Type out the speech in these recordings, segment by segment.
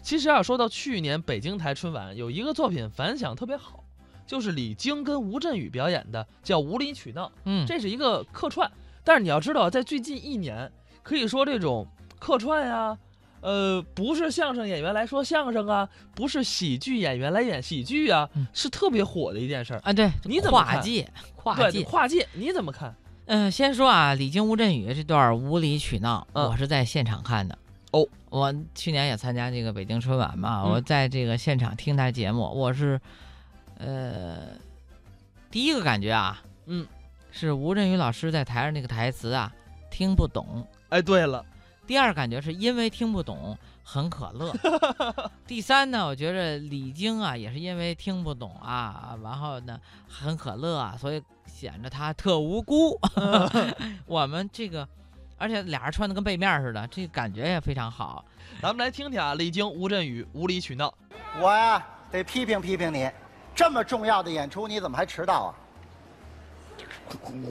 其实啊，说到去年北京台春晚有一个作品反响特别好，就是李菁跟吴镇宇表演的，叫《无理取闹》，嗯，这是一个客串。但是你要知道，在最近一年，可以说这种客串呀、呃，不是相声演员来说相声啊，不是喜剧演员来演喜剧啊，嗯是特别火的一件事儿。啊，对，你怎么跨看界？跨对，界，跨界你怎么看？嗯、先说啊，李菁、吴镇宇这段无理取闹，嗯我是在现场看的。哦，我去年也参加这个北京春晚嘛，嗯我在这个现场听他节目，我是，呃，第一个感觉啊，嗯，是吴镇宇老师在台上那个台词啊听不懂；哎，对了，第二感觉是因为听不懂很可乐；第三呢，我觉着李菁啊也是因为听不懂啊，然后呢很可乐啊，所以显着他特无辜。 我们这个，而且俩人穿的跟背面儿似的，这感觉也非常好。咱们来听听啊，李菁、吴镇宇无理取闹。我呀、得批评批评你，这么重要的演出你怎么还迟到啊？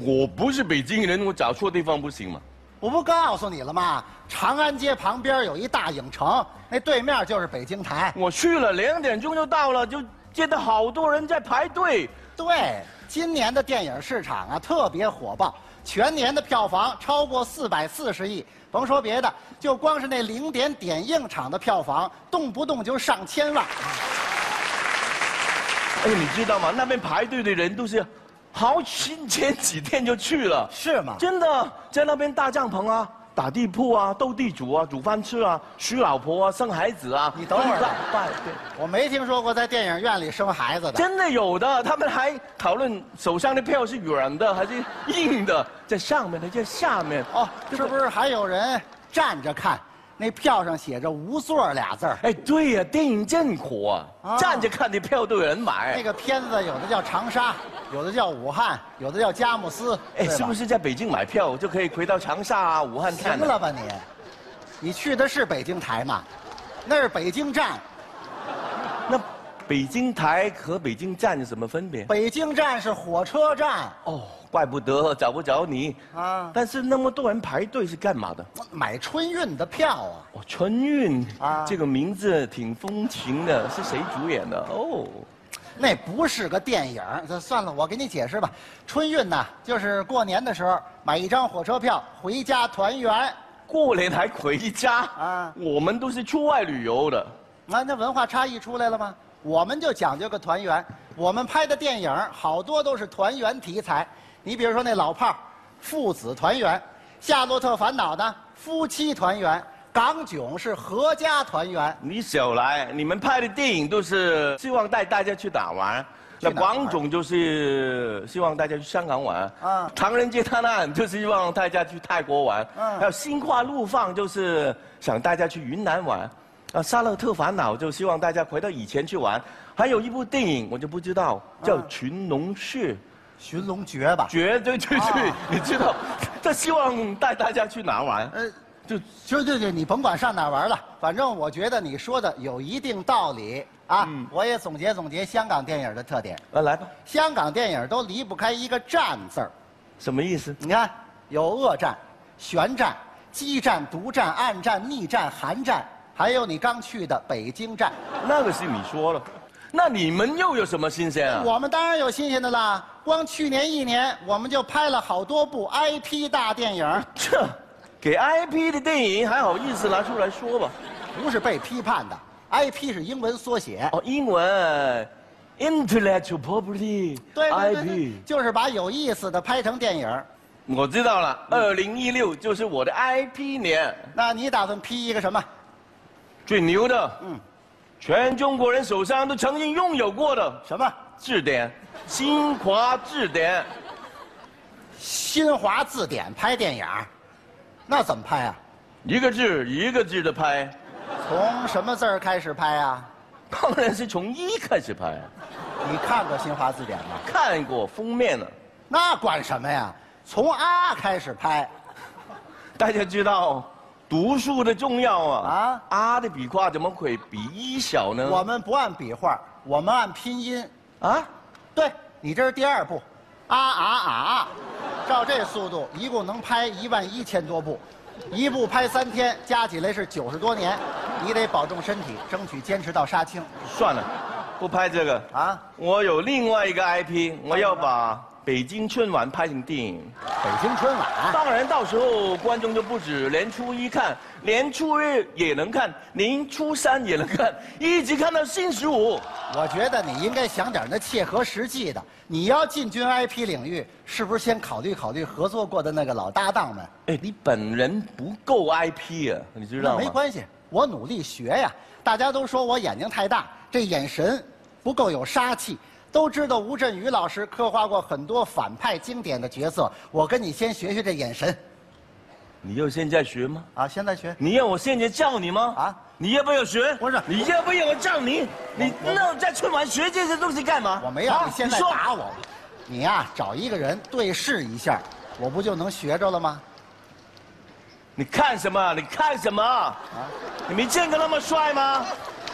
我不是北京人，我找错地方不行吗？我不告诉你了吗？长安街旁边有一大影城，那对面就是北京台。我去了，两点钟就到了，就见到好多人在排队。对，今年的电影市场啊特别火爆，全年的票房超过四百四十亿。甭说别的，就光是那零点点映场的票房，动不动就上千万。哎，你知道吗？那边排队的人都是好几前几天就去了，是吗真的，在那边搭帐篷啊，打地铺啊，斗地主啊，煮饭吃啊，娶老婆啊，生孩子啊。你等会儿拜拜对我没听说过在电影院里生孩子的。真的有的，他们还讨论手上的票是软的还是硬的，在上面的在下面。哦，是不是还有人站着看？那票上写着“无座儿”俩字儿。哎，对呀、电影真火啊，啊站着看的票都有人买。那个片子有的叫长沙，有的叫武汉，有的叫佳木斯，哎，是不是？是在北京买票就可以回到长沙啊、武汉看行呢？了吧你？你去的是北京台吗？那是北京站，那北京台和北京站有什么分别？北京站是火车站，哦，怪不得找不着你啊啊！但是那么多人排队是干嘛的？买春运的票啊。哦，春运啊啊，这个名字挺风情的，是谁主演的？哦，那不是个电影儿，这算了，我给你解释吧。春运呢，就是过年的时候买一张火车票回家团圆，过年还回家啊啊？我们都是出外旅游的。那那文化差异出来了吗？我们就讲究个团圆，我们拍的电影好多都是团圆题材。你比如说那老炮儿，父子团圆；夏洛特烦恼呢，夫妻团圆；港囧是合家团圆。你少来，你们拍的电影都是希望带大家去哪玩？去那哪玩广总就是希望大家去香港玩，啊啊，唐人街探案就是希望大家去泰国玩，嗯还有心花怒放就是想大家去云南玩，啊，沙勒特烦恼就希望大家回到以前去玩，还有一部电影我就不知道叫《群龙士》，寻龙诀吧，绝对对对，啊你知道， 他希望带大家去哪玩？呃，就就就就你甭管上哪儿玩了，反正我觉得你说的有一定道理啊。我也总结总结香港电影的特点，啊，来吧，香港电影都离不开一个“站”字儿。什么意思？你看，有恶战、悬战、激战、独战、暗战、逆战、韩战，还有你刚去的北京站。那个是你说了，那你们又有什么新鲜啊？我们当然有新鲜的啦，光去年一年我们就拍了好多部 IP 大电影，这给 IP 的电影还好意思拿出来说吧？不是被批判的。IP 是英文缩写，哦，英文，intellectual property，对对对 IP 对，。就是把有意思的拍成电影。我知道了，嗯二零一六就是我的 IP 年，那你打算批一个什么？最牛的，嗯，全中国人手上都曾经拥有过的什么字典，新华字典。新华字典拍电影？那怎么拍啊？一个字一个字的拍，从什么字儿开始拍啊？当然是从一开始拍。你看过新华字典吗？看过封面了，那管什么呀？从啊开始拍，大家知道读书的重要啊啊！啊的笔画怎么会比一小呢？我们不按笔画，我们按拼音。嗯啊，对你这是第二部，啊啊啊啊！照这速度，一共能拍一万一千多部，一部拍三天，加起来是九十多年。你得保重身体，争取坚持到杀青算了，不拍这个。啊！我有另外一个 IP，我要把北京春晚拍成电影。北京春晚，啊当然，到时候观众就不止年初一看，年初日也能看，年初三也能看，一直看到星期五。我觉得你应该想点那切合实际的。你要进军 IP 领域，是不是先考虑考虑合作过的那个老搭档们？哎，你本人不够 IP 啊，你知道那吗？没关系，我努力学呀。大家都说我眼睛太大，这眼神不够有杀气。都知道吴镇宇老师刻画过很多反派经典的角色，我跟你先学学这眼神你要现在学吗？啊！现在学，你要我现在叫你吗？啊啊，你要不要学？不是你要不要我叫你？你那在春晚学这些东西干嘛？我没有，啊你现在说打我，你呀、找一个人对视一下，我不就能学着了吗？你看什么？你看什么？你没见过那么帅吗？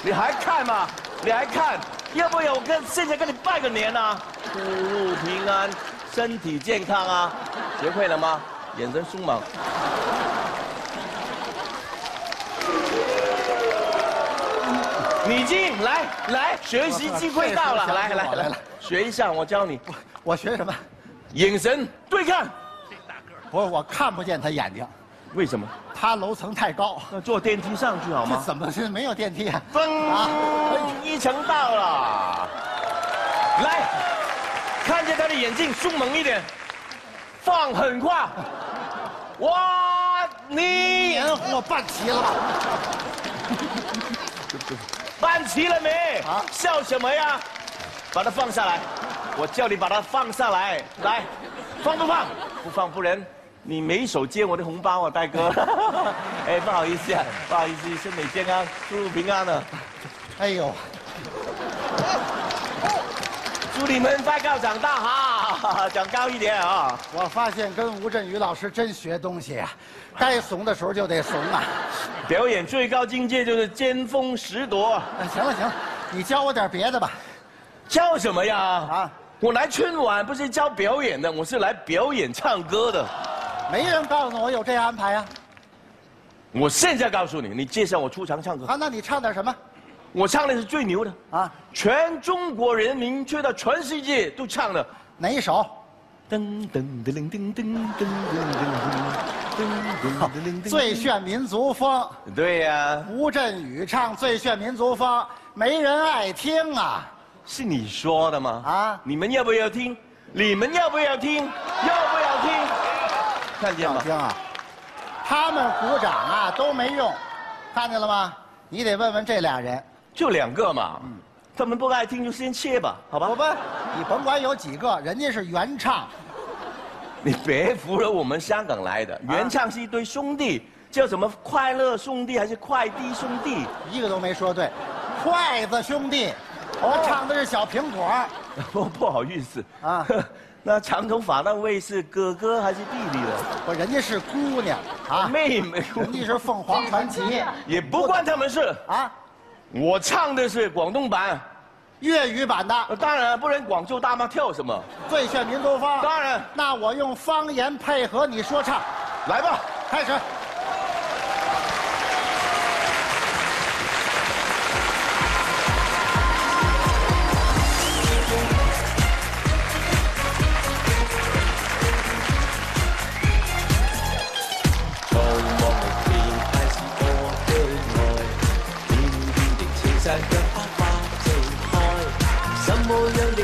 你还看吗？你还看？要不要我跟现在跟你拜个年啊？出入平安，身体健康啊！学会了吗？眼神凶猛。你进来来，学习机会到了， 来来来来，学一下，我教你我学什么？眼神对看。不是，我看不见他眼睛，为什么？他楼层太高， 那坐电梯上去好这吗？怎么是没有电 梯啊？分啊一层到了，来，看见他的眼睛，凶猛一点，放狠话，哇，你年货办齐了吧？办齐了没？啊笑什么呀？把它放下来，我叫你把它放下来，来，放不放？不放，不然你没手接我的红包啊，大 哥。哎，不好意思啊，不好意思，身体健康，出入平安啊。哎呦，祝你们快高长大哈， 长高一点啊。我发现跟吴镇宇老师真学东西啊，该怂的时候就得怂啊。表演最高境界就是尖峰十夺，哎行了行了，你教我点别的吧。教什么呀？啊啊，我来春晚不是教表演的，我是来表演唱歌的。没人告诉我有这安排啊。我现在告诉你，你介绍我出场唱歌，啊，那你唱点什么？我唱的是最牛的，啊，全中国人民吹到全世界都唱的。哪一首？噔噔噔噔噔噔噔噔噔噔噔噔噔。最炫民族风，对呀、吴镇宇唱最炫民族风，没人爱听啊。是你说的吗？啊啊，你们要不要听？你们要不要听？要不要听？看见好吗？听啊！他们鼓掌啊都没用，看见了吗？你得问问这俩人。就两个嘛，他们不爱听就先切吧，好吧？我问你，甭管有几个，人家是原唱， 你别服了，我们香港来的原唱是一对兄弟，叫什么快乐兄弟还是快递兄弟？ 一个都没说对。筷子兄弟，哦我唱的是小苹果。我不好意思啊啊， 那长头发那位是哥哥还是弟弟的？我人家是姑娘啊，妹 妹，人家是凤凰传奇也不关他们事。啊，我唱的是广东版，粤语版的呃当然不然广州大妈跳什么？最炫民族风。当然，那我用方言配合你说唱，来吧。开始。从望無邊，大是我的愛，遠遠地青山腳下花正開，什麼樣的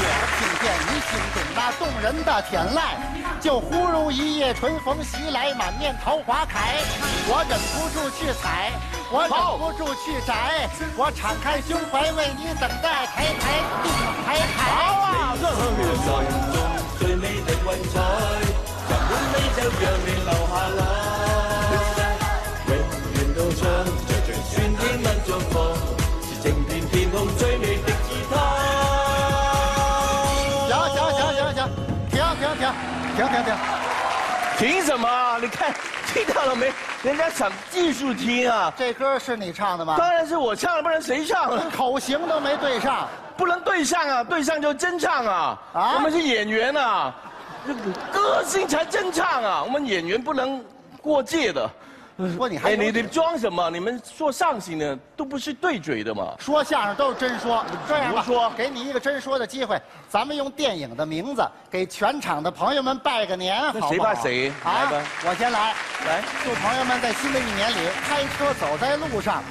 我听见你心中那动人的天籁，就忽如一夜春风袭来，满面桃花开。我忍不住去采，我忍不住去摘，我敞开胸怀为你等待，抬抬定抬抬。好啊！心中最美的雲彩，今晚你就讓你留下來。永遠都唱着最酸的民族歌，是整片天空最美的吉他。停停停，凭什么？你看听到了没？人家想技术听啊，这歌是你唱的吗？当然是我唱了，不然谁唱啊？口型都没对上，不能对上啊，对上就真唱啊。啊我们是演员啊，这歌星才真唱啊，我们演员不能过界的。说你还哎，有你点你装什么？你们说相声的都不是对嘴的嘛？说相声都是真说，这样吧，胡说给你一个真说的机会，咱们用电影的名字给全场的朋友们拜个年，好不好？谁怕谁啊来吧，我先来，来，祝朋友们在新的一年里开车走在路上，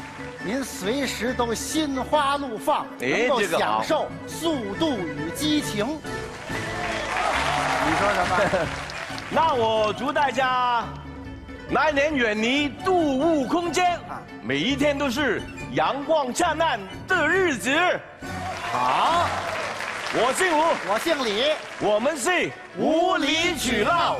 您随时都心花怒放，哎能够这个享好受速度与激 情。你说什么？那我祝大家来年远离度物空间啊，每一天都是阳光灿烂的日子。好，我姓吴，我姓李，我们是无理取闹，